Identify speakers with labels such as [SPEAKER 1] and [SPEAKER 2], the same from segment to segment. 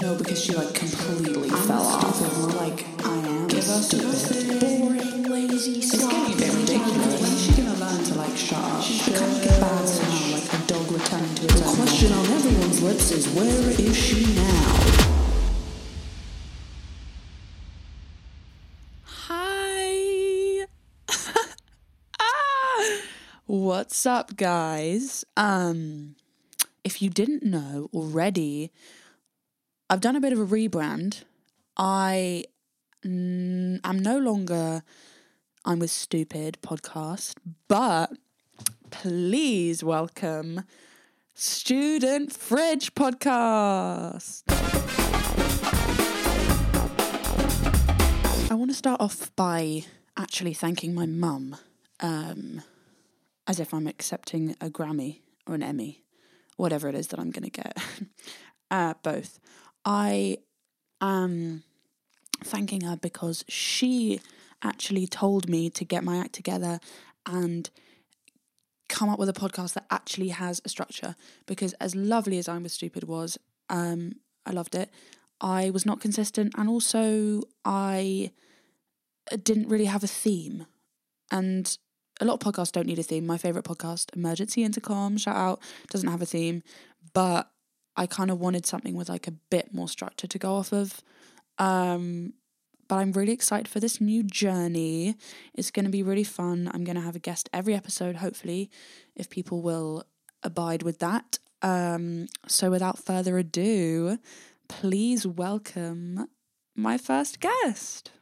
[SPEAKER 1] No, because she like completely fell off. And we're like, I am
[SPEAKER 2] Give us
[SPEAKER 1] stupid.
[SPEAKER 2] nothing. Boring, lazy,
[SPEAKER 1] It's getting a bit ridiculous. When is she gonna learn to like shut up? I can't get back to how like a dog returned to its
[SPEAKER 2] The
[SPEAKER 1] owner.
[SPEAKER 2] question on everyone's lips is where is she now?
[SPEAKER 1] Hi. Ah! What's up, guys? Um, if you didn't know already, I've done a bit of a rebrand. I mm, am no longer I'm with Stupid podcast, but please welcome Student Fridge podcast. I want to start off by actually thanking my mum, um, as if I'm accepting a Grammy or an Emmy, whatever it is that I'm going to get. uh, both. I am thanking her because she actually told me to get my act together and come up with a podcast that actually has a structure. Because as lovely as I'm with Stupid was, um, I loved it. I was not consistent, and also I didn't really have a theme. And a lot of podcasts don't need a theme. My favorite podcast, Emergency Intercom, shout out, doesn't have a theme, but I kind of wanted something with like a bit more structure to go off of. Um, but I'm really excited for this new journey. It's going to be really fun. I'm going to have a guest every episode, hopefully, if people will abide with that. Um, so without further ado, please welcome my first guest.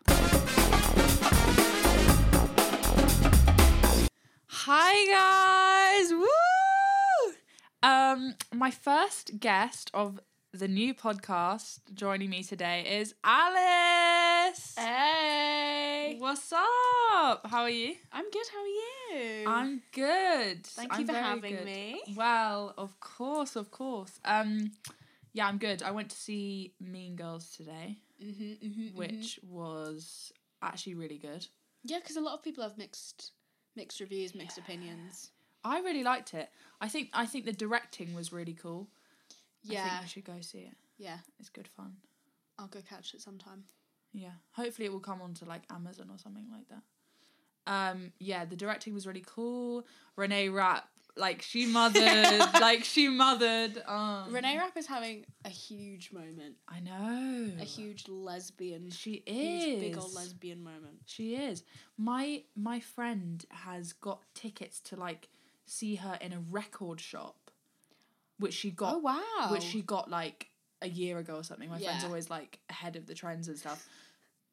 [SPEAKER 1] Hi guys! Woo! Um, my first guest of the new podcast joining me today is Alice.
[SPEAKER 3] Hey,
[SPEAKER 1] What's up? How are you?
[SPEAKER 3] I'm good. How are you?
[SPEAKER 1] I'm good.
[SPEAKER 3] Thank you
[SPEAKER 1] I'm
[SPEAKER 3] for
[SPEAKER 1] very
[SPEAKER 3] having
[SPEAKER 1] good.
[SPEAKER 3] me.
[SPEAKER 1] Well, of course, of course. Um, yeah, I'm good. I went to see Mean Girls today,
[SPEAKER 3] Mhm, mhm, mhm.
[SPEAKER 1] which was actually really good.
[SPEAKER 3] Yeah, because a lot of people have mixed mixed reviews, mixed opinions.
[SPEAKER 1] I really liked it. I think I think the directing was really cool. I
[SPEAKER 3] Yeah,
[SPEAKER 1] think we should go see it.
[SPEAKER 3] yeah.
[SPEAKER 1] It's good fun.
[SPEAKER 3] I'll go catch it sometime.
[SPEAKER 1] Yeah. Hopefully it will come onto like Amazon or something like that. Um, yeah, the directing was really cool. Renee Rapp, like she mothered, like she mothered. Um,
[SPEAKER 3] Renee Rapp is having a huge moment,
[SPEAKER 1] I know.
[SPEAKER 3] a huge lesbian,
[SPEAKER 1] She
[SPEAKER 3] huge
[SPEAKER 1] is.
[SPEAKER 3] big old lesbian moment.
[SPEAKER 1] She is. My my friend has got tickets to like see her in a record shop, which she got,
[SPEAKER 3] Oh wow!
[SPEAKER 1] which she got like a year ago or something. My friend's
[SPEAKER 3] Yeah.
[SPEAKER 1] always like ahead of the trends and stuff.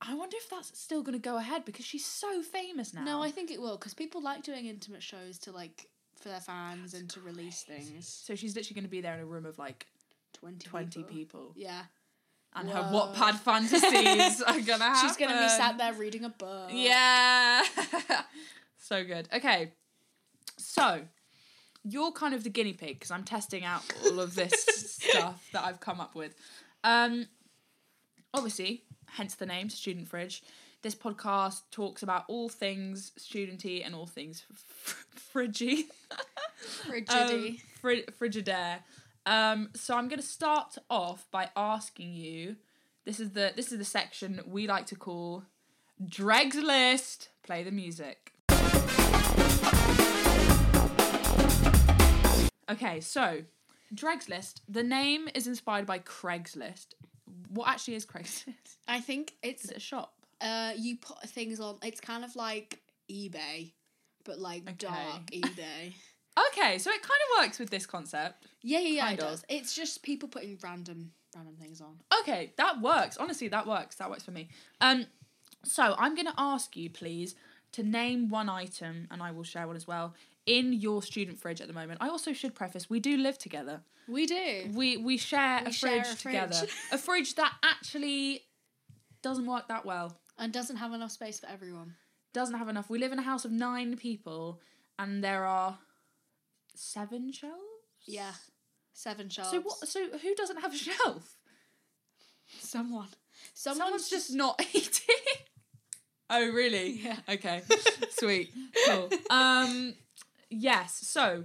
[SPEAKER 1] I wonder if that's still going to go ahead because she's so famous now.
[SPEAKER 3] no, I think it will because people like doing intimate shows to like for their fans and to release things.
[SPEAKER 1] so. She's literally going to be there in a room of like
[SPEAKER 3] Twenty
[SPEAKER 1] twenty people,
[SPEAKER 3] Yeah,
[SPEAKER 1] and her
[SPEAKER 3] Whoa.
[SPEAKER 1] Wattpad fantasies are going to happen.
[SPEAKER 3] she's gonna be sat there reading a book.
[SPEAKER 1] Yeah. so good. Okay. So, you're kind of the guinea pig because I'm testing out all of this stuff that I've come up with. Um, obviously, hence the name Student Fridge. This podcast talks about all things studenty and all things fr- fridgy.
[SPEAKER 3] frigidity.
[SPEAKER 1] Um, fri- frigidaire. Um, so I'm going to start off by asking you. This is the this is the section we like to call Dreg's List. Play the music. Okay, so Dreg's List. The name is inspired by Craigslist. What actually is Craigslist?
[SPEAKER 3] I think it's
[SPEAKER 1] Is it a shop?
[SPEAKER 3] Uh, you put things on. It's kind of like eBay, but like dark
[SPEAKER 1] Okay.
[SPEAKER 3] eBay.
[SPEAKER 1] Okay, so it kind of works with this concept.
[SPEAKER 3] Yeah, yeah, yeah.
[SPEAKER 1] Kind
[SPEAKER 3] It
[SPEAKER 1] of.
[SPEAKER 3] does. It's just people putting random, random things on.
[SPEAKER 1] Okay, that works. Honestly, that works. That works for me. Um, so I'm going to ask you, please, to name one item, and I will share one as well in your student fridge at the moment. I also should preface: we do live together.
[SPEAKER 3] We do.
[SPEAKER 1] We we share,
[SPEAKER 3] We
[SPEAKER 1] a,
[SPEAKER 3] share
[SPEAKER 1] fridge
[SPEAKER 3] a fridge.
[SPEAKER 1] together. a fridge that actually doesn't work that well.
[SPEAKER 3] And doesn't have enough space for everyone.
[SPEAKER 1] Doesn't have enough. We live in a house of nine people, and there are seven shelves.
[SPEAKER 3] Yeah. Seven shelves.
[SPEAKER 1] So what? So who doesn't have a shelf?
[SPEAKER 3] Someone. Someone's,
[SPEAKER 1] Someone's just not eating. Oh really?
[SPEAKER 3] Yeah.
[SPEAKER 1] Okay. Sweet. Cool. Um yes, so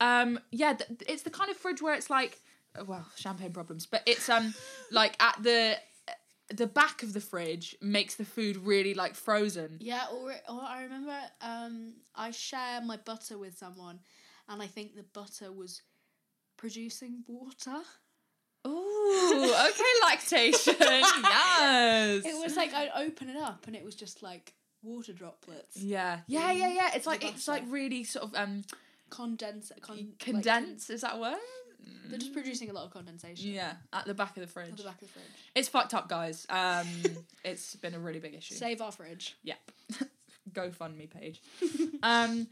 [SPEAKER 1] um yeah, th- it's the kind of fridge where it's like well, champagne problems. But it's um like at the uh, the back of the fridge makes the food really like frozen.
[SPEAKER 3] Yeah, or, or I remember um, I share my butter with someone, and I think the butter was producing water.
[SPEAKER 1] Ooh, okay, lactation. yes.
[SPEAKER 3] It was like I'd open it up, and it was just like water droplets,
[SPEAKER 1] yeah. Yeah, yeah, yeah. It's like
[SPEAKER 3] the
[SPEAKER 1] it's like
[SPEAKER 3] butter.
[SPEAKER 1] really sort of um
[SPEAKER 3] condense, con- Like,
[SPEAKER 1] condensed, is that a word? Mm.
[SPEAKER 3] they're just producing a lot of condensation.
[SPEAKER 1] Yeah, at the back of the
[SPEAKER 3] At
[SPEAKER 1] fridge.
[SPEAKER 3] the back of the fridge.
[SPEAKER 1] It's fucked up, guys. Um it's been a really big issue.
[SPEAKER 3] Save our fridge.
[SPEAKER 1] Yeah. GoFundMe page. um,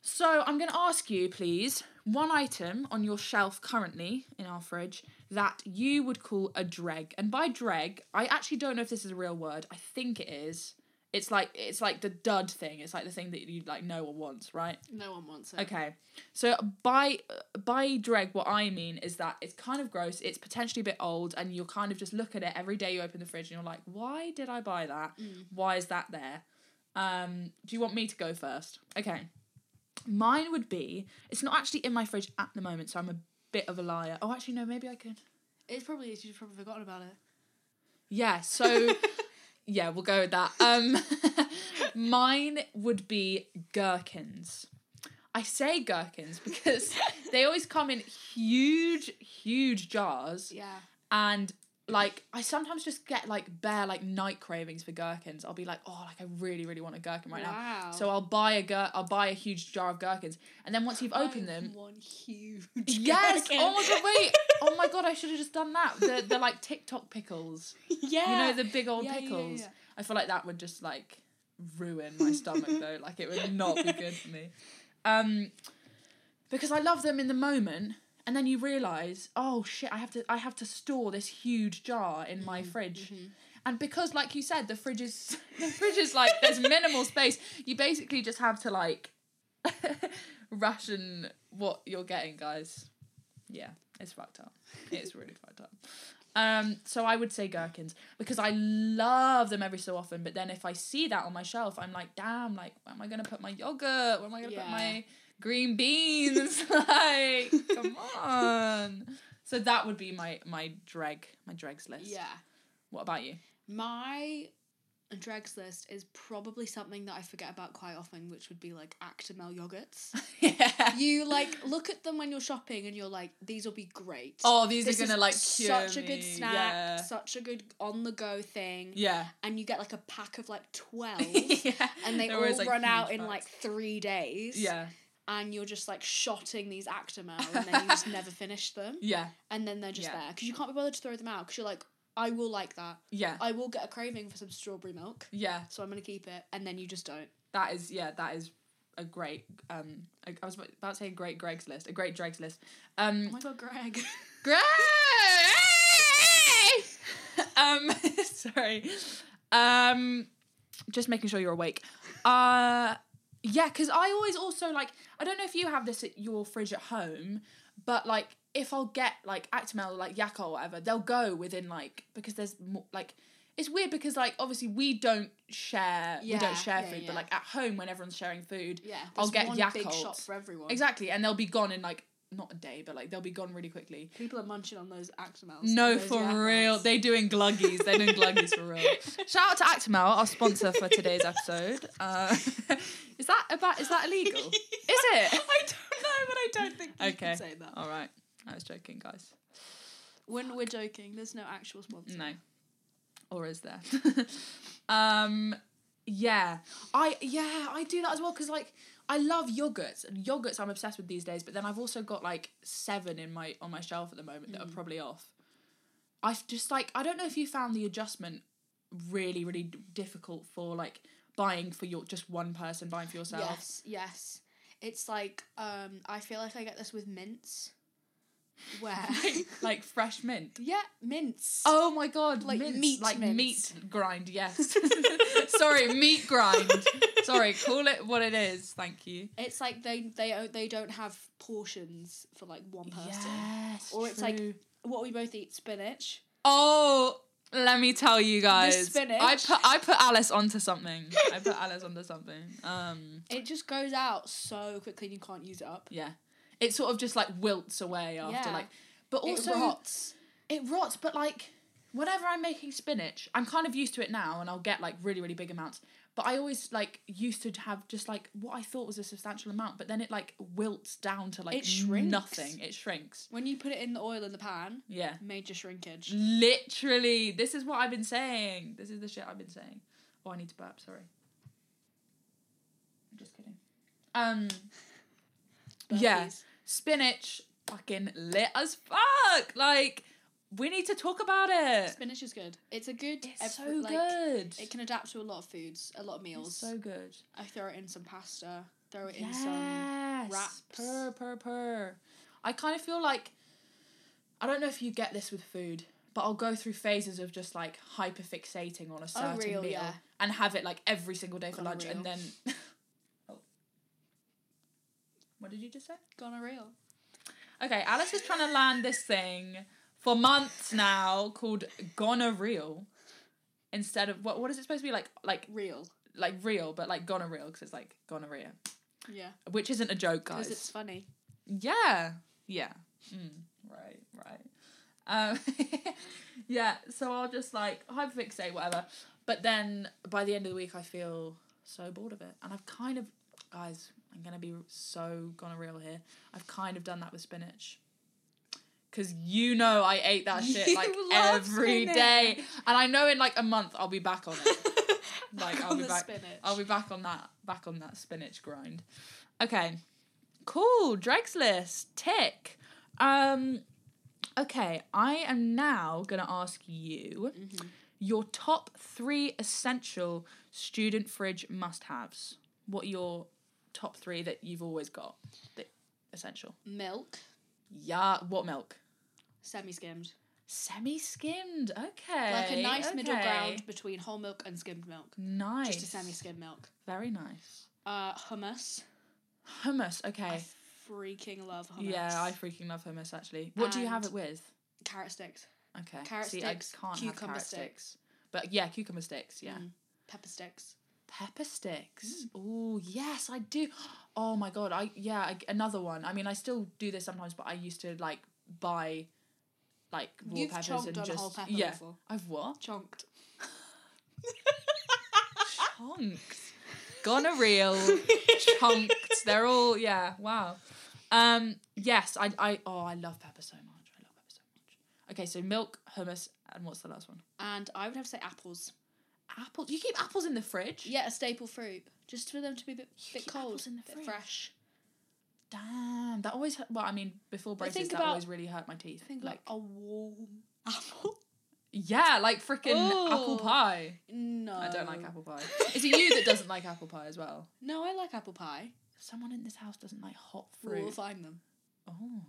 [SPEAKER 1] so I'm going to ask you, please, one item on your shelf currently in our fridge that you would call a dreg. And by dreg, I actually don't know if this is a real word. I think it is. It's like it's like the dud thing. It's like the thing that you like no one wants, right?
[SPEAKER 3] No one wants it.
[SPEAKER 1] Okay. So by by dreg, what I mean is that it's kind of gross. It's potentially a bit old, and you'll kind of just look at it every day. You open the fridge, and you're like, "Why did I buy that? Why is that there?" Um, do you want me to go first? Okay. Mine would be. It's not actually in my fridge at the moment, so I'm a bit of a liar. Oh, actually, no. Maybe I could.
[SPEAKER 3] It's probably you've probably forgotten about it.
[SPEAKER 1] Yeah, so yeah, we'll go with that. Um mine would be gherkins. I say gherkins because they always come in huge huge jars
[SPEAKER 3] Yeah.
[SPEAKER 1] and like I sometimes just get like bare like night cravings for gherkins. I'll be like, "Oh, like I really really want a gherkin right
[SPEAKER 3] wow.
[SPEAKER 1] now." So I'll buy a gher- I'll buy a huge jar of gherkins. And then once you've opened
[SPEAKER 3] I
[SPEAKER 1] them,
[SPEAKER 3] One huge.
[SPEAKER 1] yes.
[SPEAKER 3] gherkin.
[SPEAKER 1] Oh my god, wait. Oh my god, I should have just done that. The the like TikTok pickles.
[SPEAKER 3] yeah.
[SPEAKER 1] You know the big old
[SPEAKER 3] Yeah, yeah, yeah,
[SPEAKER 1] pickles.
[SPEAKER 3] yeah.
[SPEAKER 1] I feel like that would just like ruin my stomach though. Like it would not be good for me. Um because I love them in the moment and then you realize, oh shit, I have to I have to store this huge jar in my fridge. And because like you said the fridge is the fridge is like there's minimal space, you basically just have to like ration what you're getting, guys. Yeah, it's fucked up. It's really fucked up. Um, so I would say gherkins because I love them every so often. But then if I see that on my shelf, I'm like, damn, like, where am I gonna put my yogurt? Where am I gonna put
[SPEAKER 3] Yeah.
[SPEAKER 1] my green beans? like, come on. So that would be my my dreg my dregs list.
[SPEAKER 3] Yeah.
[SPEAKER 1] What about you?
[SPEAKER 3] My dregs list is probably something that I forget about quite often, which would be like Actimel yogurts.
[SPEAKER 1] yeah.
[SPEAKER 3] you like look at them when you're shopping and you're like, these will be great.
[SPEAKER 1] Oh, these
[SPEAKER 3] This
[SPEAKER 1] are gonna
[SPEAKER 3] is
[SPEAKER 1] like cure
[SPEAKER 3] such a
[SPEAKER 1] me.
[SPEAKER 3] good snack,
[SPEAKER 1] Yeah.
[SPEAKER 3] such a good on the go thing.
[SPEAKER 1] Yeah.
[SPEAKER 3] And you get like a pack of like twelve
[SPEAKER 1] yeah.
[SPEAKER 3] and they
[SPEAKER 1] They're
[SPEAKER 3] all
[SPEAKER 1] always, like,
[SPEAKER 3] run out
[SPEAKER 1] huge
[SPEAKER 3] in
[SPEAKER 1] bags.
[SPEAKER 3] like three days.
[SPEAKER 1] Yeah.
[SPEAKER 3] And you're just like shotting these Actimel and then you just never finish them.
[SPEAKER 1] Yeah.
[SPEAKER 3] And then they're just
[SPEAKER 1] Yeah.
[SPEAKER 3] there. Because you can't be bothered to throw them out because you're like, I will like that.
[SPEAKER 1] Yeah.
[SPEAKER 3] I will get a craving for some strawberry milk.
[SPEAKER 1] Yeah.
[SPEAKER 3] So I'm gonna keep it. And then you just don't.
[SPEAKER 1] That is yeah, that is a great um I, I was about to say a great Greg's list, a great Greg's list. Um
[SPEAKER 3] Oh my god, Greg.
[SPEAKER 1] Greg! um, sorry. Um, just making sure you're awake. Uh, yeah, because I always also like, I don't know if you have this at your fridge at home, but like, if I'll get like Actimel or like Yakko or whatever, they'll go within like, because there's more, like, it's weird because like obviously we don't share we
[SPEAKER 3] Yeah,
[SPEAKER 1] don't share
[SPEAKER 3] yeah,
[SPEAKER 1] food,
[SPEAKER 3] yeah.
[SPEAKER 1] but like at home when everyone's sharing food,
[SPEAKER 3] Yeah.
[SPEAKER 1] I'll
[SPEAKER 3] there's
[SPEAKER 1] get
[SPEAKER 3] one big
[SPEAKER 1] Yakult.
[SPEAKER 3] shop for everyone.
[SPEAKER 1] exactly, and they'll be gone in like not a day, but like they'll be gone really quickly.
[SPEAKER 3] People are munching on those Actimels.
[SPEAKER 1] No,
[SPEAKER 3] and those
[SPEAKER 1] for
[SPEAKER 3] Yakults.
[SPEAKER 1] real. They're doing gluggies. They're doing gluggies for real. Shout out to Actimel, our sponsor for today's episode. Uh, is that about? Is that illegal? Is it?
[SPEAKER 3] I don't know, but I don't think you
[SPEAKER 1] Okay.
[SPEAKER 3] can say that.
[SPEAKER 1] All right. I was joking, guys.
[SPEAKER 3] When we're joking, there's no actual sponsor.
[SPEAKER 1] No. Or is there? um, yeah. I yeah I do that as well because like I love yogurts and yogurts I'm obsessed with these days. But then I've also got like seven in my on my shelf at the moment
[SPEAKER 3] Mm.
[SPEAKER 1] that are probably off. I've just like I don't know if you found the adjustment really really d- difficult for like buying for your just one person buying for yourself.
[SPEAKER 3] Yes, yes. It's like um I feel like I get this with mints. Where
[SPEAKER 1] Like fresh mint.
[SPEAKER 3] Yeah, mints.
[SPEAKER 1] Oh my god,
[SPEAKER 3] Like
[SPEAKER 1] mince,
[SPEAKER 3] meat
[SPEAKER 1] like
[SPEAKER 3] mince.
[SPEAKER 1] meat grind, yes. Sorry, meat grind. Sorry, call it what it is. Thank you.
[SPEAKER 3] It's like they they o- they don't have portions for like one person.
[SPEAKER 1] Yes,
[SPEAKER 3] Or it's like-
[SPEAKER 1] true.
[SPEAKER 3] What we both eat spinach.
[SPEAKER 1] oh, let me tell you guys.
[SPEAKER 3] spinach.
[SPEAKER 1] I put I put Alice onto something. I put Alice onto something. Um,
[SPEAKER 3] It just goes out so quickly and you can't use it up.
[SPEAKER 1] yeah, it sort of just like wilts away after
[SPEAKER 3] Yeah.
[SPEAKER 1] like. But also
[SPEAKER 3] it rots.
[SPEAKER 1] it rots, but like whenever I'm making spinach, I'm kind of used to it now and I'll get like really, really big amounts. But I always like used to have just like what I thought was a substantial amount, but then it like wilts down to like
[SPEAKER 3] It shrinks.
[SPEAKER 1] nothing. It shrinks.
[SPEAKER 3] When you put it in the oil in the pan,
[SPEAKER 1] Yeah.
[SPEAKER 3] major shrinkage.
[SPEAKER 1] Literally. This is what I've been saying. This is the shit I've been saying. Oh, I need to burp, sorry. I'm just kidding. Um Yeah.
[SPEAKER 3] Burpees.
[SPEAKER 1] spinach fucking lit as fuck. Like, we need to talk about it.
[SPEAKER 3] Spinach is good. It's a good.
[SPEAKER 1] It's so
[SPEAKER 3] every- like,
[SPEAKER 1] good.
[SPEAKER 3] It can adapt to a lot of foods, a lot of meals.
[SPEAKER 1] It's so good.
[SPEAKER 3] I throw it in some pasta. Throw it in some.
[SPEAKER 1] Yes.
[SPEAKER 3] wraps.
[SPEAKER 1] Purr, purr, purr. I kind of feel like I don't know if you get this with food, but I'll go through phases of just like hyper fixating on a certain
[SPEAKER 3] Oh, real,
[SPEAKER 1] meal
[SPEAKER 3] yeah.
[SPEAKER 1] and have it like every single day for
[SPEAKER 3] Gone
[SPEAKER 1] lunch, and
[SPEAKER 3] real.
[SPEAKER 1] then. oh. What did you just say?
[SPEAKER 3] Gonorrhea.
[SPEAKER 1] Okay, Alice is trying to land this thing for months now called gonorrheal. Instead of what what is it supposed to be like like
[SPEAKER 3] Real.
[SPEAKER 1] like real but like gonorrheal because it's like gonorrhea
[SPEAKER 3] Yeah.
[SPEAKER 1] which isn't a joke guys
[SPEAKER 3] Because it's funny.
[SPEAKER 1] yeah. Yeah. Mm. Right, right. Um, yeah, so I'll just like hyperfixate, whatever. But then by the end of the week, I feel so bored of it. And I've kind of, guys, I'm going to be so gonorrheal here. I've kind of done that with spinach. Because you know I ate that shit
[SPEAKER 3] You
[SPEAKER 1] like
[SPEAKER 3] love
[SPEAKER 1] every day,
[SPEAKER 3] spinach.
[SPEAKER 1] And I know in like a month I'll be back on it. Like,
[SPEAKER 3] Back
[SPEAKER 1] I'll
[SPEAKER 3] on
[SPEAKER 1] be
[SPEAKER 3] the
[SPEAKER 1] back-
[SPEAKER 3] spinach.
[SPEAKER 1] I'll be back on that back on that spinach grind. Okay. Cool. Drake's list. Tick. Um okay, I am now gonna ask you
[SPEAKER 3] Mm-hmm.
[SPEAKER 1] your top three essential student fridge must-haves. What are your top three that you've always got? That essential.
[SPEAKER 3] Milk,
[SPEAKER 1] Yeah, what milk?
[SPEAKER 3] semi skimmed.
[SPEAKER 1] Semi skimmed, okay.
[SPEAKER 3] Like a nice middle
[SPEAKER 1] okay.
[SPEAKER 3] ground between whole milk and skimmed milk.
[SPEAKER 1] Nice.
[SPEAKER 3] Just a semi skimmed milk.
[SPEAKER 1] Very nice.
[SPEAKER 3] Uh, hummus.
[SPEAKER 1] Hummus, okay.
[SPEAKER 3] I freaking love hummus.
[SPEAKER 1] Yeah, I freaking love hummus actually. What do you have it
[SPEAKER 3] And-
[SPEAKER 1] with?
[SPEAKER 3] Carrot sticks,
[SPEAKER 1] Okay.
[SPEAKER 3] carrot
[SPEAKER 1] See,
[SPEAKER 3] sticks,
[SPEAKER 1] I can't have
[SPEAKER 3] cucumber
[SPEAKER 1] carrot sticks.
[SPEAKER 3] sticks. Mm.
[SPEAKER 1] But yeah, cucumber sticks, yeah.
[SPEAKER 3] pepper sticks.
[SPEAKER 1] Pepper sticks.
[SPEAKER 3] Mm.
[SPEAKER 1] Oh, yes, I do. Oh my god, I yeah, I, another one. I mean, I still do this sometimes, but I used to like buy like raw
[SPEAKER 3] You've
[SPEAKER 1] peppers
[SPEAKER 3] chomped
[SPEAKER 1] and
[SPEAKER 3] on a
[SPEAKER 1] just
[SPEAKER 3] whole pepper
[SPEAKER 1] yeah.
[SPEAKER 3] before.
[SPEAKER 1] I've what?
[SPEAKER 3] Chonked.
[SPEAKER 1] Chunks. Gonorrheal. Chunks. They're all yeah. Wow. Um. Yes. I. I. Oh, I love pepper so much. I love pepper so much. Okay. So milk, hummus, and what's the last one?
[SPEAKER 3] And I would have to say apples.
[SPEAKER 1] Apples. You keep apples in the fridge.
[SPEAKER 3] Yeah, a staple fruit. Just for them to be a bit, bit
[SPEAKER 1] keep
[SPEAKER 3] cold,
[SPEAKER 1] apples in the
[SPEAKER 3] bit
[SPEAKER 1] fridge.
[SPEAKER 3] fresh.
[SPEAKER 1] Damn. That always. hurt- Well, I mean, before braces,
[SPEAKER 3] think
[SPEAKER 1] that
[SPEAKER 3] about-
[SPEAKER 1] always really hurt my teeth.
[SPEAKER 3] Think
[SPEAKER 1] like.
[SPEAKER 3] like a warm apple.
[SPEAKER 1] Yeah. Like freaking apple
[SPEAKER 3] Ooh.
[SPEAKER 1] pie.
[SPEAKER 3] No.
[SPEAKER 1] I don't like apple pie. Is it you that doesn't like apple pie as well?
[SPEAKER 3] No, I like apple pie.
[SPEAKER 1] Someone in this house doesn't like hot fruit.
[SPEAKER 3] We'll find them.
[SPEAKER 1] Oh.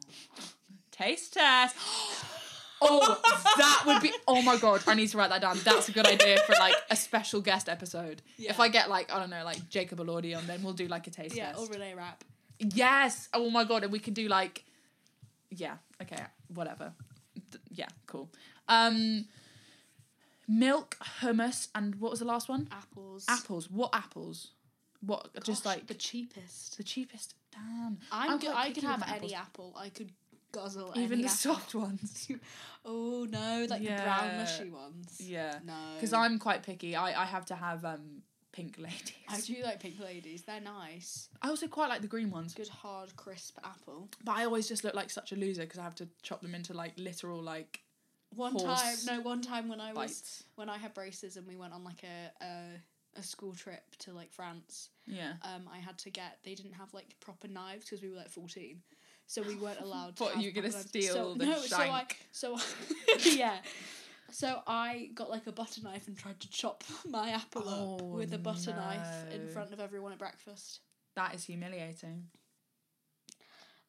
[SPEAKER 1] Taste test. Oh, that would be. Oh my god, I need to write that down. That's a good idea for like a special guest episode. If
[SPEAKER 3] Yeah.
[SPEAKER 1] I get like I don't know, like Jacob Elordi on, then we'll do like a taste
[SPEAKER 3] Yeah,
[SPEAKER 1] test.
[SPEAKER 3] or relay wrap.
[SPEAKER 1] Yes. Oh my god, and we can do like, yeah. Okay, whatever. D- yeah, cool. Um, milk, hummus, and what was the last one?
[SPEAKER 3] Apples.
[SPEAKER 1] Apples. What apples? What? just
[SPEAKER 3] Gosh,
[SPEAKER 1] like
[SPEAKER 3] the
[SPEAKER 1] the,
[SPEAKER 3] cheapest.
[SPEAKER 1] cheapest. Damn.
[SPEAKER 3] I'm go-
[SPEAKER 1] quite
[SPEAKER 3] I
[SPEAKER 1] picky
[SPEAKER 3] could
[SPEAKER 1] with
[SPEAKER 3] have
[SPEAKER 1] my
[SPEAKER 3] any
[SPEAKER 1] apples.
[SPEAKER 3] apple. I could guzzle
[SPEAKER 1] Even
[SPEAKER 3] any
[SPEAKER 1] the
[SPEAKER 3] apple.
[SPEAKER 1] soft ones.
[SPEAKER 3] Oh no, like the brown
[SPEAKER 1] Yeah.
[SPEAKER 3] mushy ones.
[SPEAKER 1] Yeah.
[SPEAKER 3] No.
[SPEAKER 1] Because I'm quite picky. I, I have to have um pink ladies.
[SPEAKER 3] I do like pink ladies. They're nice.
[SPEAKER 1] I also quite like the green ones,
[SPEAKER 3] Good hard crisp apple.
[SPEAKER 1] but I always just look like such a loser because I have to chop them into like literal like
[SPEAKER 3] One time,
[SPEAKER 1] Horse
[SPEAKER 3] no, one time when I was
[SPEAKER 1] bites.
[SPEAKER 3] when I had braces and we went on like a a, a school trip to like France.
[SPEAKER 1] Yeah.
[SPEAKER 3] Um, I had to get they didn't have like proper knives because we were like fourteen, so we weren't allowed. to
[SPEAKER 1] What,
[SPEAKER 3] have
[SPEAKER 1] you gonna
[SPEAKER 3] proper knives.
[SPEAKER 1] steal
[SPEAKER 3] so,
[SPEAKER 1] the
[SPEAKER 3] no,
[SPEAKER 1] shank?
[SPEAKER 3] So I, so I, yeah. So I got like a butter knife and tried to chop my apple up
[SPEAKER 1] Oh,
[SPEAKER 3] with a butter knife in
[SPEAKER 1] no.
[SPEAKER 3] front of everyone at breakfast.
[SPEAKER 1] That is humiliating.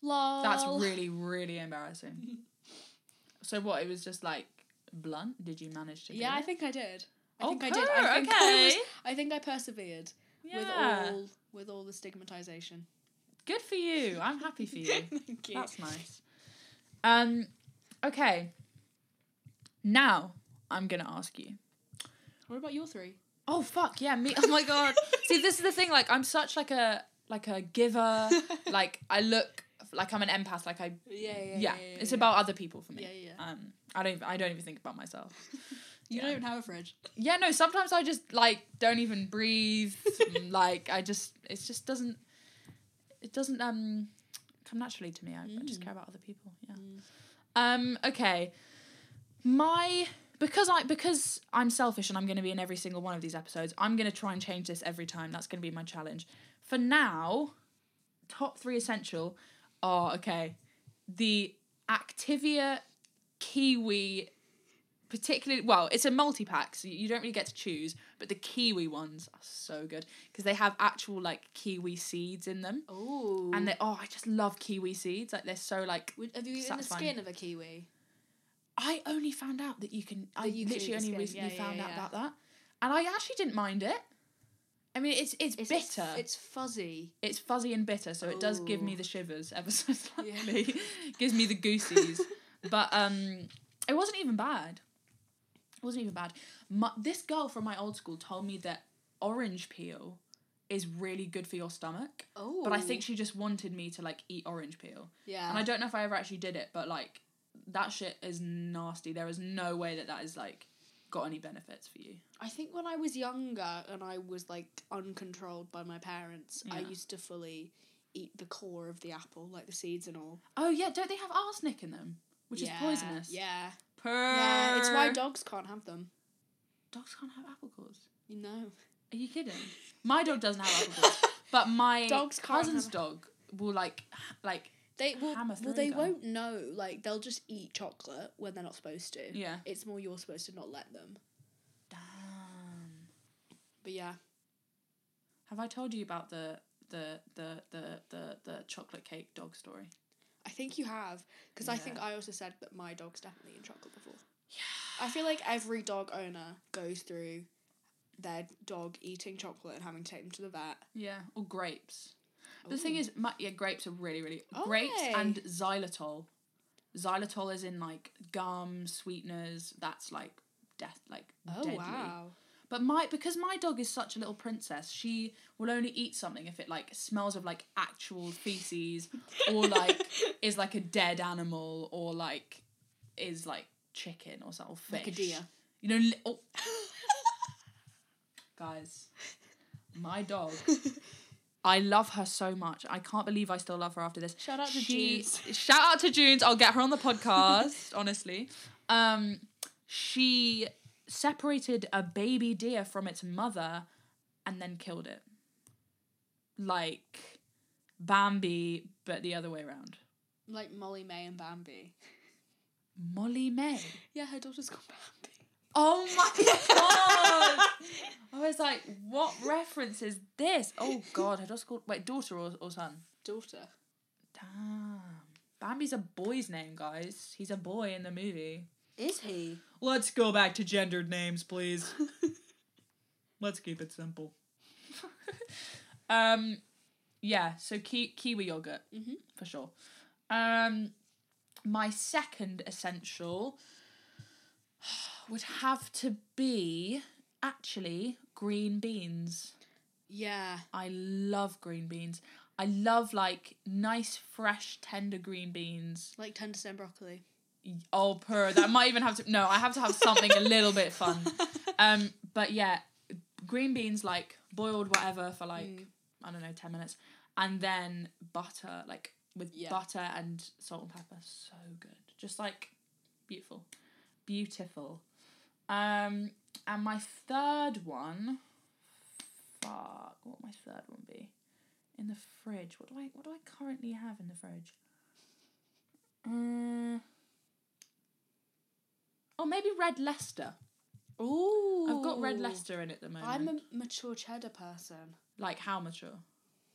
[SPEAKER 3] Lol.
[SPEAKER 1] That's really really embarrassing. so what? It was just like blunt. Did you manage to? do
[SPEAKER 3] Yeah, I
[SPEAKER 1] it?
[SPEAKER 3] think I did. I
[SPEAKER 1] Oh,
[SPEAKER 3] think I did.
[SPEAKER 1] purr,
[SPEAKER 3] I think I, was,
[SPEAKER 1] okay.
[SPEAKER 3] I think I persevered
[SPEAKER 1] Yeah.
[SPEAKER 3] with all with all the stigmatization.
[SPEAKER 1] Good for you. I'm happy for you.
[SPEAKER 3] Thank you.
[SPEAKER 1] That's nice. Um, okay. Now I'm gonna ask you.
[SPEAKER 3] What about your three?
[SPEAKER 1] Oh fuck yeah! Me. Oh my
[SPEAKER 3] uh,
[SPEAKER 1] god. See, this is the thing. Like, I'm such like a like a giver. Like, I look Like I'm an empath. Like I
[SPEAKER 3] Yeah, yeah,
[SPEAKER 1] yeah,
[SPEAKER 3] yeah. yeah,
[SPEAKER 1] it's
[SPEAKER 3] yeah.
[SPEAKER 1] about other people for me.
[SPEAKER 3] Yeah, yeah.
[SPEAKER 1] Um, I don't I don't even think about myself.
[SPEAKER 3] You
[SPEAKER 1] yeah.
[SPEAKER 3] don't even have a fridge.
[SPEAKER 1] Yeah, no. Sometimes I just like don't even breathe. Mm, like I just it just doesn't it doesn't um come naturally to me. I, I just care about other people. Yeah. Um. Okay. My because I because I'm selfish and I'm going to be in every single one of these episodes. I'm going to try and change this every time. That's going to be my challenge. For now, top three essential are okay. The Activia Kiwi particularly well it's a multi-pack so you don't really get to choose but the kiwi ones are so good because they have actual like kiwi seeds in them
[SPEAKER 3] Oh.
[SPEAKER 1] and they oh i just love kiwi seeds like they're so like
[SPEAKER 3] Would, have you eaten the
[SPEAKER 1] satisfying.
[SPEAKER 3] skin of a kiwi?
[SPEAKER 1] i only found out that you can i
[SPEAKER 3] you can eat
[SPEAKER 1] literally
[SPEAKER 3] the
[SPEAKER 1] only
[SPEAKER 3] skin,
[SPEAKER 1] recently
[SPEAKER 3] yeah,
[SPEAKER 1] found
[SPEAKER 3] yeah,
[SPEAKER 1] out
[SPEAKER 3] yeah.
[SPEAKER 1] about that and i actually didn't mind it i mean it's it's,
[SPEAKER 3] It's
[SPEAKER 1] bitter it's,
[SPEAKER 3] It's fuzzy.
[SPEAKER 1] fuzzy and bitter so it does give me
[SPEAKER 3] Ooh.
[SPEAKER 1] the shivers ever so slightly gives me the goosies but um it wasn't even bad it wasn't even bad my, this girl from my old school told me that orange peel is really good for your stomach
[SPEAKER 3] Oh.
[SPEAKER 1] but i think she just wanted me to like eat orange peel
[SPEAKER 3] Yeah.
[SPEAKER 1] and i don't know if i ever actually did it but like that shit is nasty there is no way that that is like got any benefits for you
[SPEAKER 3] I think when I was younger and I was like uncontrolled by my parents, I
[SPEAKER 1] Yeah.
[SPEAKER 3] used to fully eat the core of the apple, like the seeds and all.
[SPEAKER 1] oh yeah don't they have arsenic in them which
[SPEAKER 3] Yeah,
[SPEAKER 1] is poisonous
[SPEAKER 3] Yeah.
[SPEAKER 1] Purr.
[SPEAKER 3] Yeah. It's why dogs can't have them.
[SPEAKER 1] dogs can't have apple cores
[SPEAKER 3] You know.
[SPEAKER 1] Are you kidding? My dog doesn't have apple cores, but my
[SPEAKER 3] Dogs can't
[SPEAKER 1] cousin's
[SPEAKER 3] have-
[SPEAKER 1] dog will like h- like
[SPEAKER 3] They will
[SPEAKER 1] Hammer through
[SPEAKER 3] well they
[SPEAKER 1] them.
[SPEAKER 3] won't know. Like they'll just eat chocolate when they're not supposed to.
[SPEAKER 1] Yeah.
[SPEAKER 3] It's more you're supposed to not let them.
[SPEAKER 1] damn.
[SPEAKER 3] But yeah.
[SPEAKER 1] Have I told you about the the the the the, the chocolate cake dog story?
[SPEAKER 3] I think you have, because I think
[SPEAKER 1] Yeah.
[SPEAKER 3] I also said that my dog's definitely in chocolate before. Yeah. I feel like every dog owner goes through their dog eating chocolate and having to take them to the vet.
[SPEAKER 1] Yeah, or grapes. The thing
[SPEAKER 3] Ooh.
[SPEAKER 1] is, my, yeah, grapes are really really
[SPEAKER 3] Oh,
[SPEAKER 1] grapes
[SPEAKER 3] hey.
[SPEAKER 1] and xylitol. Xylitol is in like gum sweeteners. That's like death, like
[SPEAKER 3] oh
[SPEAKER 1] deadly.
[SPEAKER 3] wow,
[SPEAKER 1] But my because my dog is such a little princess, she will only eat something if it like smells of like actual feces or like is like a dead animal or like is like chicken or something or fish.
[SPEAKER 3] Like a deer.
[SPEAKER 1] You know, li- oh. guys, my dog. I love her so much. I can't believe I still love her after this.
[SPEAKER 3] Shout out to
[SPEAKER 1] She-
[SPEAKER 3] Junes.
[SPEAKER 1] Shout out to Junes. I'll get her on the podcast. honestly, um, she separated a baby deer from its mother and then killed it. Like Bambi, but the other way around.
[SPEAKER 3] like Molly May and Bambi.
[SPEAKER 1] Molly May.
[SPEAKER 3] Yeah, her daughter's called Bambi.
[SPEAKER 1] Oh my god! I was like, what reference is this? Oh god, I just called wait, daughter or, or son?
[SPEAKER 3] Daughter.
[SPEAKER 1] Damn. Bambi's a boy's name, guys. He's a boy in the movie.
[SPEAKER 3] Is he?
[SPEAKER 1] Let's go back to gendered names, please. Let's keep it simple. um, yeah. So ki- kiwi yogurt
[SPEAKER 3] Mhm.
[SPEAKER 1] for sure. Um, my second essential would have to be actually green beans.
[SPEAKER 3] Yeah.
[SPEAKER 1] I love green beans. I love like nice, fresh, tender green beans.
[SPEAKER 3] Like tender stem broccoli.
[SPEAKER 1] Oh, purr. That might even have to. No, I have to have something a little bit fun. Um, but yeah, green beans like boiled whatever for like I don't know ten minutes, and then butter like with
[SPEAKER 3] Yeah.
[SPEAKER 1] butter and salt and pepper. So good, just like beautiful, beautiful. Um, and my third one. Fuck, what would my third one be? In the fridge. What do I what do I currently have in the fridge? Uh, oh, maybe red Leicester.
[SPEAKER 3] Ooh.
[SPEAKER 1] I've got red Leicester in at the moment.
[SPEAKER 3] I'm a mature cheddar person.
[SPEAKER 1] like how mature?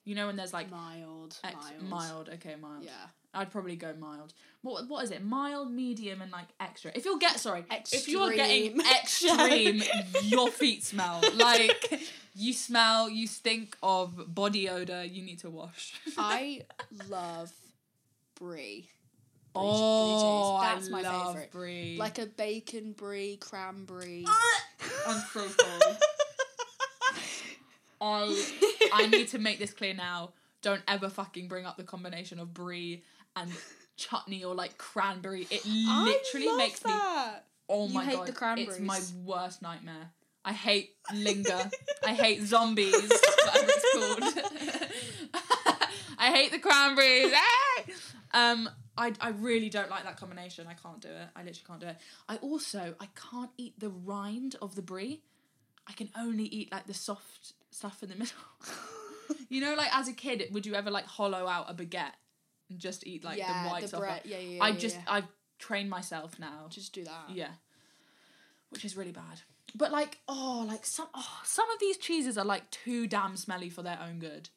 [SPEAKER 1] You know when there's like
[SPEAKER 3] mild.
[SPEAKER 1] X,
[SPEAKER 3] mild.
[SPEAKER 1] mild. okay, mild.
[SPEAKER 3] Yeah.
[SPEAKER 1] I'd probably go mild. What what is it? Mild, medium, and like extra. If you're get sorry, if you're getting extreme,
[SPEAKER 3] Extreme.
[SPEAKER 1] your feet smell like you smell. You stink of body odor. You need to wash.
[SPEAKER 3] I love brie. Brie cheese-
[SPEAKER 1] oh,
[SPEAKER 3] brie
[SPEAKER 1] that's
[SPEAKER 3] cheese.
[SPEAKER 1] my favorite. Brie.
[SPEAKER 3] Like a bacon brie, cranberry.
[SPEAKER 1] I'm so sorry. I I need to make this clear now. Don't ever fucking bring up the combination of brie and chutney or like cranberry. It literally makes me
[SPEAKER 3] that.
[SPEAKER 1] Oh
[SPEAKER 3] You
[SPEAKER 1] my
[SPEAKER 3] hate
[SPEAKER 1] god,
[SPEAKER 3] the
[SPEAKER 1] it's my
[SPEAKER 3] cranberries.
[SPEAKER 1] worst nightmare. I hate linger. I hate zombies. Whatever it's called. I hate the cranberries. Ah! Um, I I really don't like that combination. I can't do it. I literally can't do it. I also I can't eat the rind of the brie. I can only eat like the soft stuff in the middle. you know, like as a kid, would you ever like hollow out a baguette and just eat like
[SPEAKER 3] yeah,
[SPEAKER 1] the white
[SPEAKER 3] the
[SPEAKER 1] stuff?
[SPEAKER 3] bread. Yeah, yeah, yeah.
[SPEAKER 1] I
[SPEAKER 3] yeah,
[SPEAKER 1] just
[SPEAKER 3] yeah.
[SPEAKER 1] I've trained myself now.
[SPEAKER 3] just do that.
[SPEAKER 1] Yeah. Which is really bad. But like, oh, like some oh, some of these cheeses are like too damn smelly for their own good.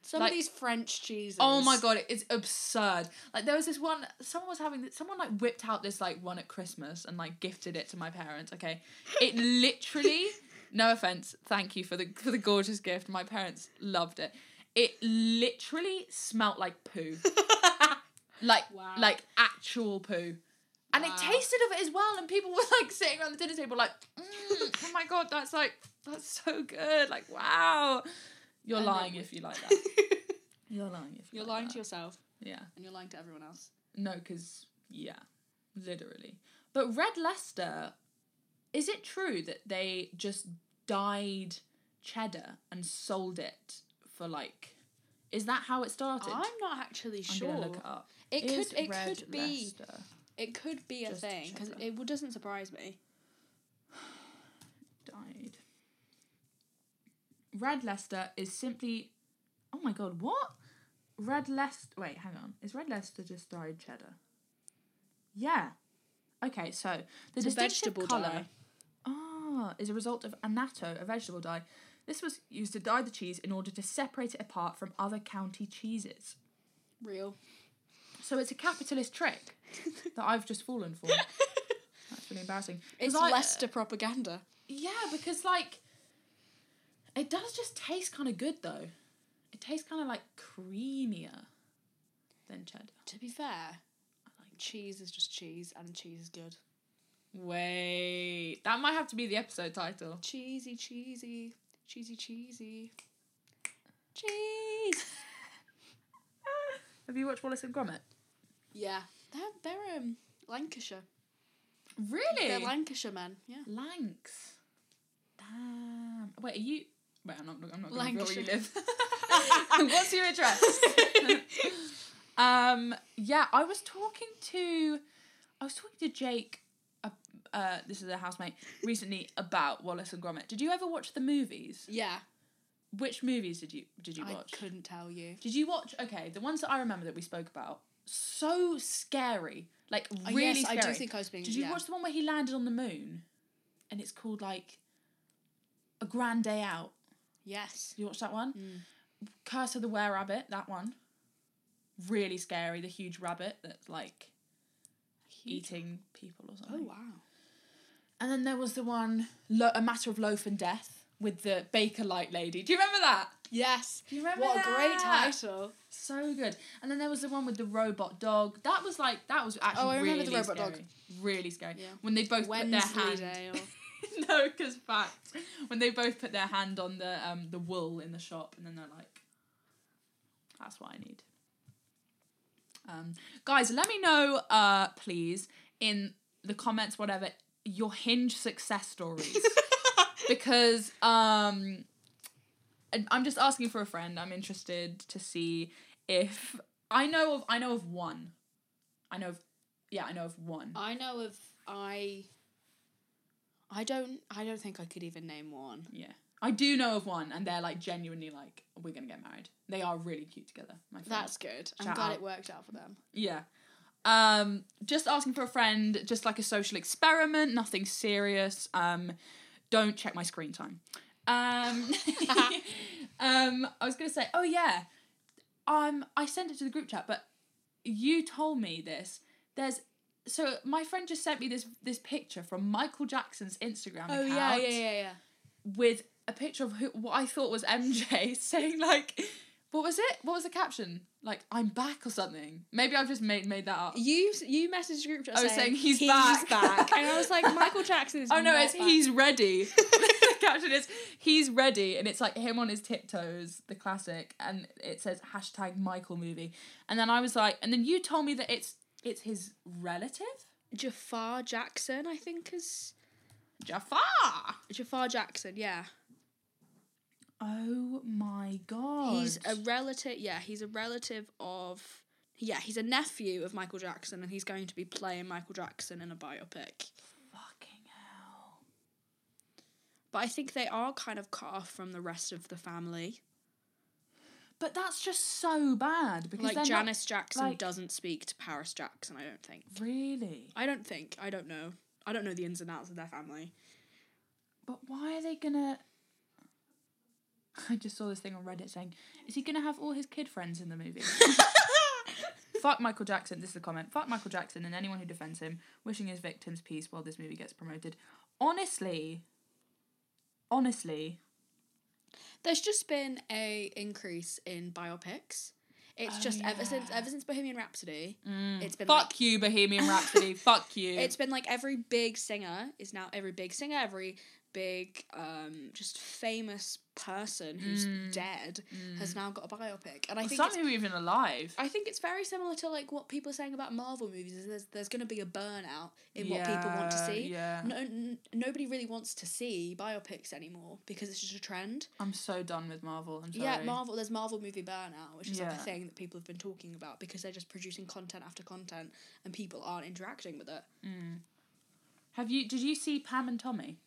[SPEAKER 3] Some
[SPEAKER 1] Like-
[SPEAKER 3] of these French cheeses.
[SPEAKER 1] Oh my god, it's absurd. Like there was this one someone was having someone like whipped out this like one at Christmas and like gifted it to my parents, okay? It literally no offense, thank you for the for the gorgeous gift. My parents loved it. It literally smelt like poo. like
[SPEAKER 3] Wow.
[SPEAKER 1] like actual poo. And it
[SPEAKER 3] Wow.
[SPEAKER 1] tasted of it as well, and people were like sitting around the dinner table, like, "Mm, "Oh my god, that's like, that's so good! Like, wow." You're
[SPEAKER 3] And then
[SPEAKER 1] lying
[SPEAKER 3] we-
[SPEAKER 1] if you like that. You're lying if you
[SPEAKER 3] you're
[SPEAKER 1] like
[SPEAKER 3] lying
[SPEAKER 1] that.
[SPEAKER 3] to yourself
[SPEAKER 1] Yeah.
[SPEAKER 3] and you're lying to everyone else.
[SPEAKER 1] No, because, yeah, literally. But Red Leicester, is it true that they just dyed cheddar and sold it for like. Is that how it started?
[SPEAKER 3] I'm not actually
[SPEAKER 1] I'm
[SPEAKER 3] sure.
[SPEAKER 1] gonna look it up.
[SPEAKER 3] It
[SPEAKER 1] Is
[SPEAKER 3] could. It
[SPEAKER 1] Red
[SPEAKER 3] could be.
[SPEAKER 1] Leicester-
[SPEAKER 3] It could be a
[SPEAKER 1] Just
[SPEAKER 3] thing because
[SPEAKER 1] cheddar.
[SPEAKER 3] it w- doesn't surprise me.
[SPEAKER 1] died. Red Leicester is simply. Oh my god, what? Red Leicester. Wait, hang on. Is Red Leicester just dyed cheddar? Yeah. Okay, so the
[SPEAKER 3] It's a
[SPEAKER 1] distinctive
[SPEAKER 3] vegetable
[SPEAKER 1] colour.
[SPEAKER 3] dye.
[SPEAKER 1] Ah, is a result of annatto, a vegetable dye. This was used to dye the cheese in order to separate it apart from other county cheeses.
[SPEAKER 3] Real.
[SPEAKER 1] So it's a capitalist trick that I've just fallen for. That's really embarrassing. 'Cause
[SPEAKER 3] It's uh,
[SPEAKER 1] I-
[SPEAKER 3] Leicester propaganda.
[SPEAKER 1] Yeah, because like it does just taste kind of good though. It tastes kind of like creamier than cheddar.
[SPEAKER 3] To be fair, cheese is just cheese, and cheese is good.
[SPEAKER 1] Wait, that might have to be the episode title.
[SPEAKER 3] Cheesy, cheesy, cheesy, cheesy, cheese.
[SPEAKER 1] Have you watched Wallace and Gromit?
[SPEAKER 3] Yeah, they're they're um Lancashire.
[SPEAKER 1] Really?
[SPEAKER 3] They're Lancashire men. Yeah.
[SPEAKER 1] Lanks. Damn. Wait, are you? Wait, I'm not. I'm not going to where you
[SPEAKER 3] Lancashire.
[SPEAKER 1] live. What's your address? um. Yeah, I was talking to, I was talking to Jake. Uh, uh, this is a housemate recently about Wallace and Gromit. Did you ever watch the movies?
[SPEAKER 3] Yeah.
[SPEAKER 1] Which movies did you did you
[SPEAKER 3] I
[SPEAKER 1] watch?
[SPEAKER 3] couldn't tell you.
[SPEAKER 1] Did you watch? Okay, the ones that I remember that we spoke about. So scary, like
[SPEAKER 3] Oh,
[SPEAKER 1] really
[SPEAKER 3] yes,
[SPEAKER 1] scary.
[SPEAKER 3] I do think I was being.
[SPEAKER 1] Did you
[SPEAKER 3] yeah.
[SPEAKER 1] watch the one where he landed on the moon? And it's called like A Grand Day Out.
[SPEAKER 3] Yes.
[SPEAKER 1] Did you watch that one?
[SPEAKER 3] Mm.
[SPEAKER 1] Curse of the Were Rabbit, that one. Really scary, the huge rabbit that's like eating people or
[SPEAKER 3] Oh
[SPEAKER 1] something.
[SPEAKER 3] wow.
[SPEAKER 1] And then there was the one Lo- A Matter of Loaf and Death with the Baker Light Lady. Do you remember that?
[SPEAKER 3] Yes.
[SPEAKER 1] Do you remember
[SPEAKER 3] What a great
[SPEAKER 1] that?
[SPEAKER 3] title.
[SPEAKER 1] So good. And then there was the one with the robot dog. That was like that was actually
[SPEAKER 3] Oh, I remember
[SPEAKER 1] really
[SPEAKER 3] the robot
[SPEAKER 1] scary.
[SPEAKER 3] dog.
[SPEAKER 1] Really scary.
[SPEAKER 3] Yeah.
[SPEAKER 1] When they both put their hand
[SPEAKER 3] Wednesday. or-
[SPEAKER 1] no, because fact. When they both put their hand on the um the wool in the shop, and then they're like, "That's what I need." Um, guys, let me know, uh, please, in the comments, whatever your hinge success stories, because um, I- I'm just asking for a friend. I'm interested to see if I know of. I know of one. I know of. Yeah, I know of one.
[SPEAKER 3] I know of I. I don't. I don't think I could even name one.
[SPEAKER 1] Yeah. I do know of one, and they're like genuinely like, we're gonna get married. They are really cute together. My friends.
[SPEAKER 3] That's good. I'm
[SPEAKER 1] Shout
[SPEAKER 3] glad
[SPEAKER 1] out.
[SPEAKER 3] it worked out for them.
[SPEAKER 1] yeah. Um, just asking for a friend, just like a social experiment, nothing serious. Um, don't check my screen time. Um, um, I was gonna say, oh yeah, um, I sent it to the group chat, but you told me this. There's so my friend just sent me this this picture from Michael Jackson's Instagram account
[SPEAKER 3] Oh, yeah.
[SPEAKER 1] with a picture of who, what I thought was MJ saying like, what was it? What was the caption? Like I'm back or something. Maybe I've just made made that up.
[SPEAKER 3] You you messaged the group chat
[SPEAKER 1] I was saying,
[SPEAKER 3] saying,
[SPEAKER 1] "He's back."
[SPEAKER 3] back," and I was like Michael Jackson is
[SPEAKER 1] Oh no,
[SPEAKER 3] not
[SPEAKER 1] it's
[SPEAKER 3] back."
[SPEAKER 1] he's ready. caption is he's ready, and it's like him on his tiptoes, the classic, and it says hashtag Michael movie, and then I was like, and then you told me that it's it's his relative
[SPEAKER 3] Jafar Jackson, I think is
[SPEAKER 1] Jafar.
[SPEAKER 3] Jafar Jackson. Yeah,
[SPEAKER 1] Oh my god,
[SPEAKER 3] he's a relative. Yeah, he's a relative of. Yeah, he's a nephew of Michael Jackson, and he's going to be playing Michael Jackson in a biopic.
[SPEAKER 1] fucking hell.
[SPEAKER 3] But I think they are kind of cut off from the rest of the family.
[SPEAKER 1] But that's just so bad because
[SPEAKER 3] Like
[SPEAKER 1] then
[SPEAKER 3] Janice Jackson
[SPEAKER 1] like-
[SPEAKER 3] doesn't speak to Paris Jackson. I don't think.
[SPEAKER 1] really.
[SPEAKER 3] I don't think. I don't know. I don't know the ins and outs of their family.
[SPEAKER 1] But why are they gonna? I just saw this thing on Reddit saying, "Is he gonna have all his kid friends in the movie?" Fuck Michael Jackson. This is the comment. Fuck Michael Jackson and anyone who defends him, wishing his victims peace while this movie gets promoted. Honestly, honestly,
[SPEAKER 3] There's just been a increase in biopics. It's just ever since ever since Bohemian Rhapsody, it's been like,
[SPEAKER 1] fuck you, Bohemian Rhapsody. fuck you.
[SPEAKER 3] it's been like every big singer is now every big singer, every big um just famous person who's dead has now got a biopic. And I think
[SPEAKER 1] some
[SPEAKER 3] it's-
[SPEAKER 1] who are even alive.
[SPEAKER 3] I think it's very similar to like what people are saying about Marvel movies. Is there's there's going to be a burnout in what people want to
[SPEAKER 1] Yeah,
[SPEAKER 3] see.
[SPEAKER 1] yeah.
[SPEAKER 3] No, n- nobody really wants to see biopics anymore because it's just a trend.
[SPEAKER 1] I'm so done with Marvel. I'm sorry.
[SPEAKER 3] Yeah, Marvel. There's Marvel movie burnout, which is like
[SPEAKER 1] Yeah.
[SPEAKER 3] a thing that people have been talking about because they're just producing content after content and people aren't interacting with it.
[SPEAKER 1] Have you? Did you see Pam and Tommy?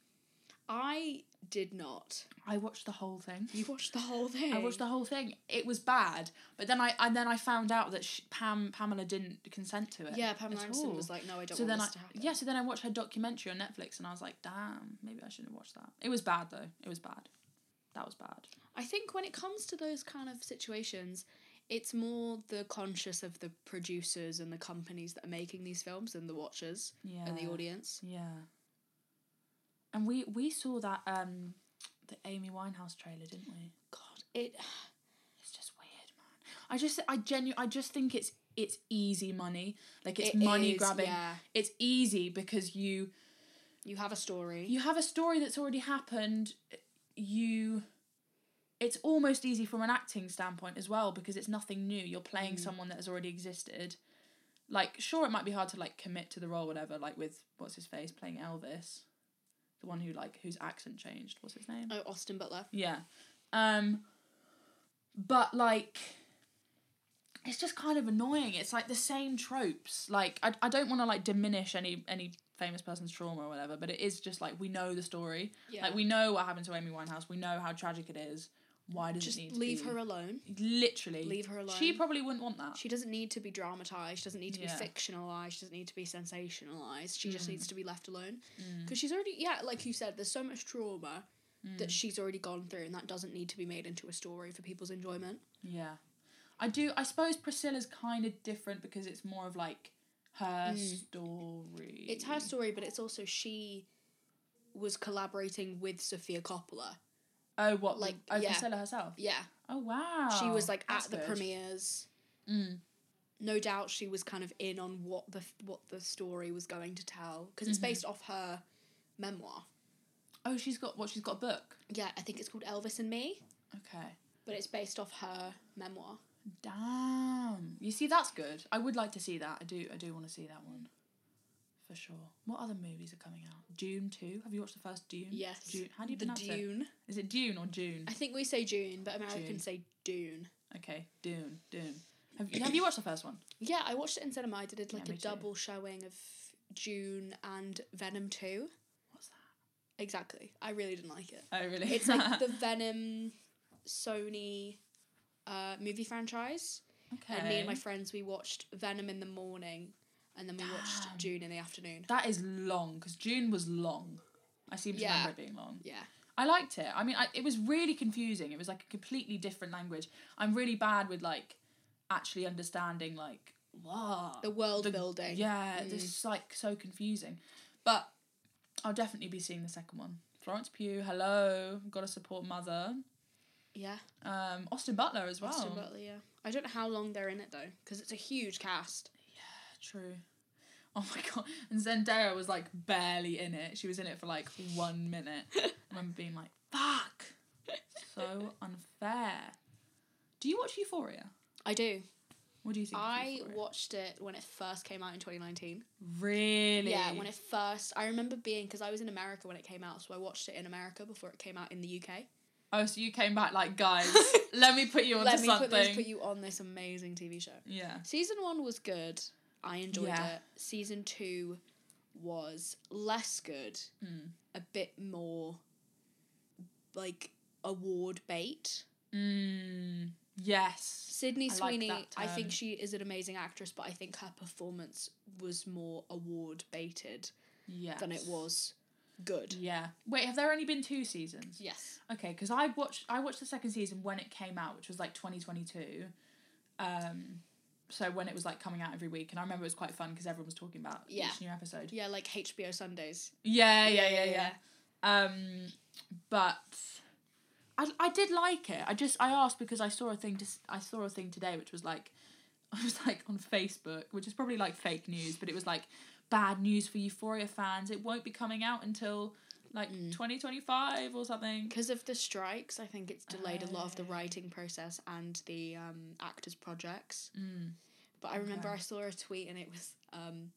[SPEAKER 3] I did not.
[SPEAKER 1] I watched the whole thing.
[SPEAKER 3] You watched the whole thing.
[SPEAKER 1] I watched the whole thing. It was bad, but then I and then I found out that she, Pam Pamela didn't consent to it.
[SPEAKER 3] Yeah, Pamela
[SPEAKER 1] at
[SPEAKER 3] Anderson was
[SPEAKER 1] all.
[SPEAKER 3] like, "No, I don't
[SPEAKER 1] so
[SPEAKER 3] want
[SPEAKER 1] then
[SPEAKER 3] this
[SPEAKER 1] I
[SPEAKER 3] to happen."
[SPEAKER 1] yeah, so then I watched her documentary on Netflix, and I was like, damn, maybe I shouldn't have watched that. It was bad though. It was bad. That was bad.
[SPEAKER 3] I think when it comes to those kind of situations, it's more the conscious of the producers and the companies that are making these films than the watchers and
[SPEAKER 1] Yeah.
[SPEAKER 3] the audience.
[SPEAKER 1] Yeah. And we we saw that um the Amy Winehouse trailer, didn't we?
[SPEAKER 3] God, it.
[SPEAKER 1] It's just weird, man. I just I genu I just think it's it's easy money. Like it's
[SPEAKER 3] It
[SPEAKER 1] money
[SPEAKER 3] is,
[SPEAKER 1] grabbing.
[SPEAKER 3] yeah.
[SPEAKER 1] It's easy because you
[SPEAKER 3] You have a story.
[SPEAKER 1] you have a story that's already happened you it's almost easy from an acting standpoint as well because it's nothing new you're playing someone that has already existed like sure it might be hard to like commit to the role whatever like with what's his face playing elvis the one who like whose accent changed what's his name
[SPEAKER 3] oh, Austin Butler.
[SPEAKER 1] yeah um but like it's just kind of annoying it's like the same tropes like i, I don't want to like diminish any any famous person's trauma or whatever but it is just like we know the story
[SPEAKER 3] Yeah.
[SPEAKER 1] like we know what happened to amy winehouse we know how tragic it is why does
[SPEAKER 3] Just
[SPEAKER 1] it need
[SPEAKER 3] leave
[SPEAKER 1] to be?
[SPEAKER 3] her alone.
[SPEAKER 1] literally
[SPEAKER 3] Leave her alone.
[SPEAKER 1] she probably wouldn't want that
[SPEAKER 3] She doesn't need to be dramatized. She doesn't need to
[SPEAKER 1] Yeah. Mm.
[SPEAKER 3] be fictionalized. She doesn't need to be sensationalized. She just needs to be left alone. Because she's already, yeah, like you said, there's so much trauma
[SPEAKER 1] Mm.
[SPEAKER 3] that she's already gone through, and that doesn't need to be made into a story for people's enjoyment.
[SPEAKER 1] yeah i do i suppose priscilla's kind of different because it's more of like her story
[SPEAKER 3] Mm. It's her story, but it's also she was collaborating with Sophia Coppola.
[SPEAKER 1] oh what like
[SPEAKER 3] like,
[SPEAKER 1] oh
[SPEAKER 3] yeah.
[SPEAKER 1] priscilla herself
[SPEAKER 3] Yeah.
[SPEAKER 1] Oh wow!
[SPEAKER 3] She was like
[SPEAKER 1] That's
[SPEAKER 3] at the
[SPEAKER 1] good. Mm.
[SPEAKER 3] premieres. No doubt she was kind of in on what the what the story was going to tell because
[SPEAKER 1] Mm-hmm.
[SPEAKER 3] it's based off her memoir.
[SPEAKER 1] Oh, she's got what? She's got a book.
[SPEAKER 3] Yeah, I think it's called Elvis and Me.
[SPEAKER 1] Okay.
[SPEAKER 3] but it's based off her memoir.
[SPEAKER 1] Damn. You see, that's good. I would like to see that. I do. I do want to see that one, for sure. What other movies are coming out? Dune two. Have you watched the first Dune?
[SPEAKER 3] Yes.
[SPEAKER 1] Dune. How do you
[SPEAKER 3] the
[SPEAKER 1] pronounce it?
[SPEAKER 3] Dune?
[SPEAKER 1] Is it Dune or June?
[SPEAKER 3] I think we say June, but Americans
[SPEAKER 1] Dune.
[SPEAKER 3] say Dune.
[SPEAKER 1] Okay, Dune. Dune. Have you, have you watched the first one?
[SPEAKER 3] Yeah, I watched it in cinema. I did like
[SPEAKER 1] me
[SPEAKER 3] a
[SPEAKER 1] too.
[SPEAKER 3] double showing of June and Venom Two.
[SPEAKER 1] What's that?
[SPEAKER 3] Exactly. I really didn't like it.
[SPEAKER 1] Oh really?
[SPEAKER 3] It's like the Venom Sony uh, movie franchise.
[SPEAKER 1] okay.
[SPEAKER 3] And me and my friends we watched Venom in the morning and then we watched June in the afternoon.
[SPEAKER 1] that is long because June was long. I seem to
[SPEAKER 3] Yeah.
[SPEAKER 1] remember it being long.
[SPEAKER 3] Yeah.
[SPEAKER 1] I liked it. I mean, I, it was really confusing. It was like a completely different language. I'm really bad with like actually understanding like what
[SPEAKER 3] The world building.
[SPEAKER 1] Yeah, this is like so confusing. But I'll definitely be seeing the second one. Florence Pugh, hello, gotta support Mother.
[SPEAKER 3] Yeah.
[SPEAKER 1] Um, Austin Butler as well.
[SPEAKER 3] Austin Butler, yeah. I don't know how long they're in it though, because it's a huge cast.
[SPEAKER 1] True. Oh my god! And Zendaya was like barely in it. She was in it for like one minute. I remember being like, "Fuck, so unfair." Do you watch Euphoria?
[SPEAKER 3] I do.
[SPEAKER 1] What do you think? of
[SPEAKER 3] I
[SPEAKER 1] Euphoria?
[SPEAKER 3] watched it when it first came out in 2019.
[SPEAKER 1] really.
[SPEAKER 3] Yeah, when it first, I remember being because I was in America when it came out, so I watched it in America before it came out in the UK.
[SPEAKER 1] Oh, so you came back like, guys, let me put you onto
[SPEAKER 3] Let me
[SPEAKER 1] something.
[SPEAKER 3] put, this, put you on this amazing TV show.
[SPEAKER 1] yeah.
[SPEAKER 3] Season one was good. I enjoyed
[SPEAKER 1] Yeah.
[SPEAKER 3] it. Season two was less good,
[SPEAKER 1] Hmm.
[SPEAKER 3] a bit more like award bait.
[SPEAKER 1] Mm, yes.
[SPEAKER 3] Sydney
[SPEAKER 1] I like
[SPEAKER 3] Sweeney,
[SPEAKER 1] that
[SPEAKER 3] I think
[SPEAKER 1] term.
[SPEAKER 3] she is an amazing actress, but I think her performance was more award baited
[SPEAKER 1] Yeah.
[SPEAKER 3] than it was good.
[SPEAKER 1] Yeah. Wait, have there only been two seasons?
[SPEAKER 3] Yes.
[SPEAKER 1] Okay, because I watched I watched the second season when it came out, which was like twenty twenty two. Um, so when it was like coming out every week, and I remember it was quite fun because everyone was talking about
[SPEAKER 3] Yeah.
[SPEAKER 1] each new episode.
[SPEAKER 3] Yeah, like HBO Sundays.
[SPEAKER 1] Yeah, yeah, yeah, yeah. Um, but I, I did like it. I just I asked because I saw a thing just I saw a thing today which was like I was like on Facebook, which is probably like fake news, but it was like bad news for Euphoria fans. It won't be coming out until like
[SPEAKER 3] Mm.
[SPEAKER 1] 2025 or something.
[SPEAKER 3] Because of the strikes, I think it's delayed a lot
[SPEAKER 1] Oh.
[SPEAKER 3] of the writing process and the um, actors' projects.
[SPEAKER 1] Mm.
[SPEAKER 3] But I remember I saw a tweet and it was, um,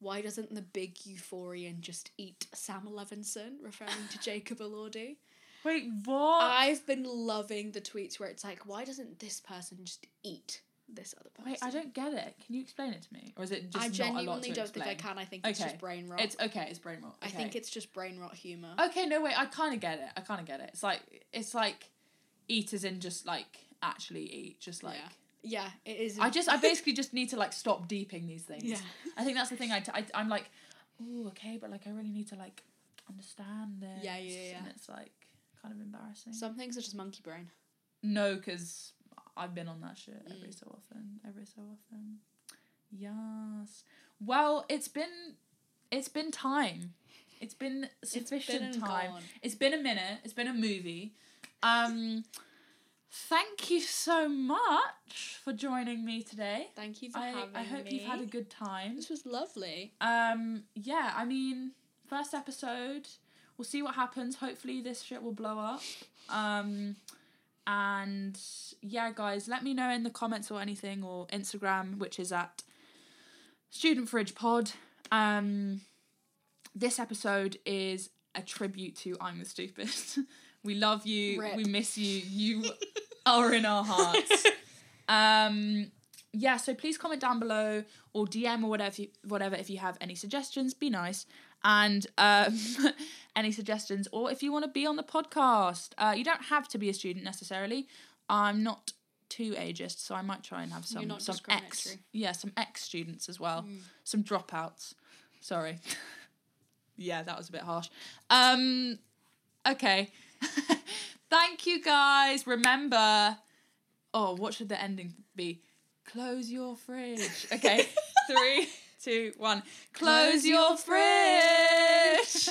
[SPEAKER 3] why doesn't the big euphorian just eat Sam Levinson, referring to Jacob Elordi?
[SPEAKER 1] Wait, what?
[SPEAKER 3] I've been loving the tweets where it's like, why doesn't this person just eat this other person?
[SPEAKER 1] Wait, I don't get it. Can you explain it to me? Or is it just not a
[SPEAKER 3] I
[SPEAKER 1] lot
[SPEAKER 3] genuinely
[SPEAKER 1] to
[SPEAKER 3] don't
[SPEAKER 1] explain?
[SPEAKER 3] think I can. I think it's
[SPEAKER 1] Okay.
[SPEAKER 3] just brain rot.
[SPEAKER 1] It's okay. It's brain rot.
[SPEAKER 3] I think
[SPEAKER 1] okay.
[SPEAKER 3] it's just brain rot humor.
[SPEAKER 1] Okay, no wait, I kind of get it. I kind of get it. It's like it's like eat as in just like actually eat, just like
[SPEAKER 3] yeah, it is.
[SPEAKER 1] I just I basically just need to like stop deeping these things.
[SPEAKER 3] Yeah.
[SPEAKER 1] I think that's the thing I t- I I'm like, oh okay, but like I really need to like understand this.
[SPEAKER 3] Yeah, yeah, yeah.
[SPEAKER 1] And it's like kind of embarrassing.
[SPEAKER 3] some things are just monkey brain.
[SPEAKER 1] no, because I've been on that shit every
[SPEAKER 3] Mm.
[SPEAKER 1] so often. Every so often. Yes. Well, it's been it's been time. It's been sufficient
[SPEAKER 3] and
[SPEAKER 1] time.
[SPEAKER 3] gone.
[SPEAKER 1] It's been a minute. It's been a movie. Um thank you so much for joining me today.
[SPEAKER 3] Thank you for
[SPEAKER 1] I,
[SPEAKER 3] having
[SPEAKER 1] I hope you've had a
[SPEAKER 3] me.
[SPEAKER 1] good time.
[SPEAKER 3] This was lovely.
[SPEAKER 1] Um yeah, I mean, first episode. We'll see what happens. Hopefully this shit will blow up. Um and yeah, guys, let me know in the comments or anything or Instagram, which is at Student Fridge Pod. Um, this episode is a tribute to I'm the Stupid. we love you.
[SPEAKER 3] Rip.
[SPEAKER 1] We miss you. You are in our hearts. Um, yeah, so please comment down below or DM or whatever, you- whatever if you have any suggestions. Be nice and um, any suggestions or if you want to be on the podcast. Uh, you don't have to be a student necessarily. I'm not too ageist, so I might try and have some
[SPEAKER 3] not
[SPEAKER 1] some ex
[SPEAKER 3] discriminatory. Hmm.
[SPEAKER 1] yeah some ex students as well, some dropouts. Sorry. yeah, that was a bit harsh. Um, okay. Thank you guys. Remember, oh, what should the ending be? Close your fridge. Okay, three, two, one. Close, your fridge.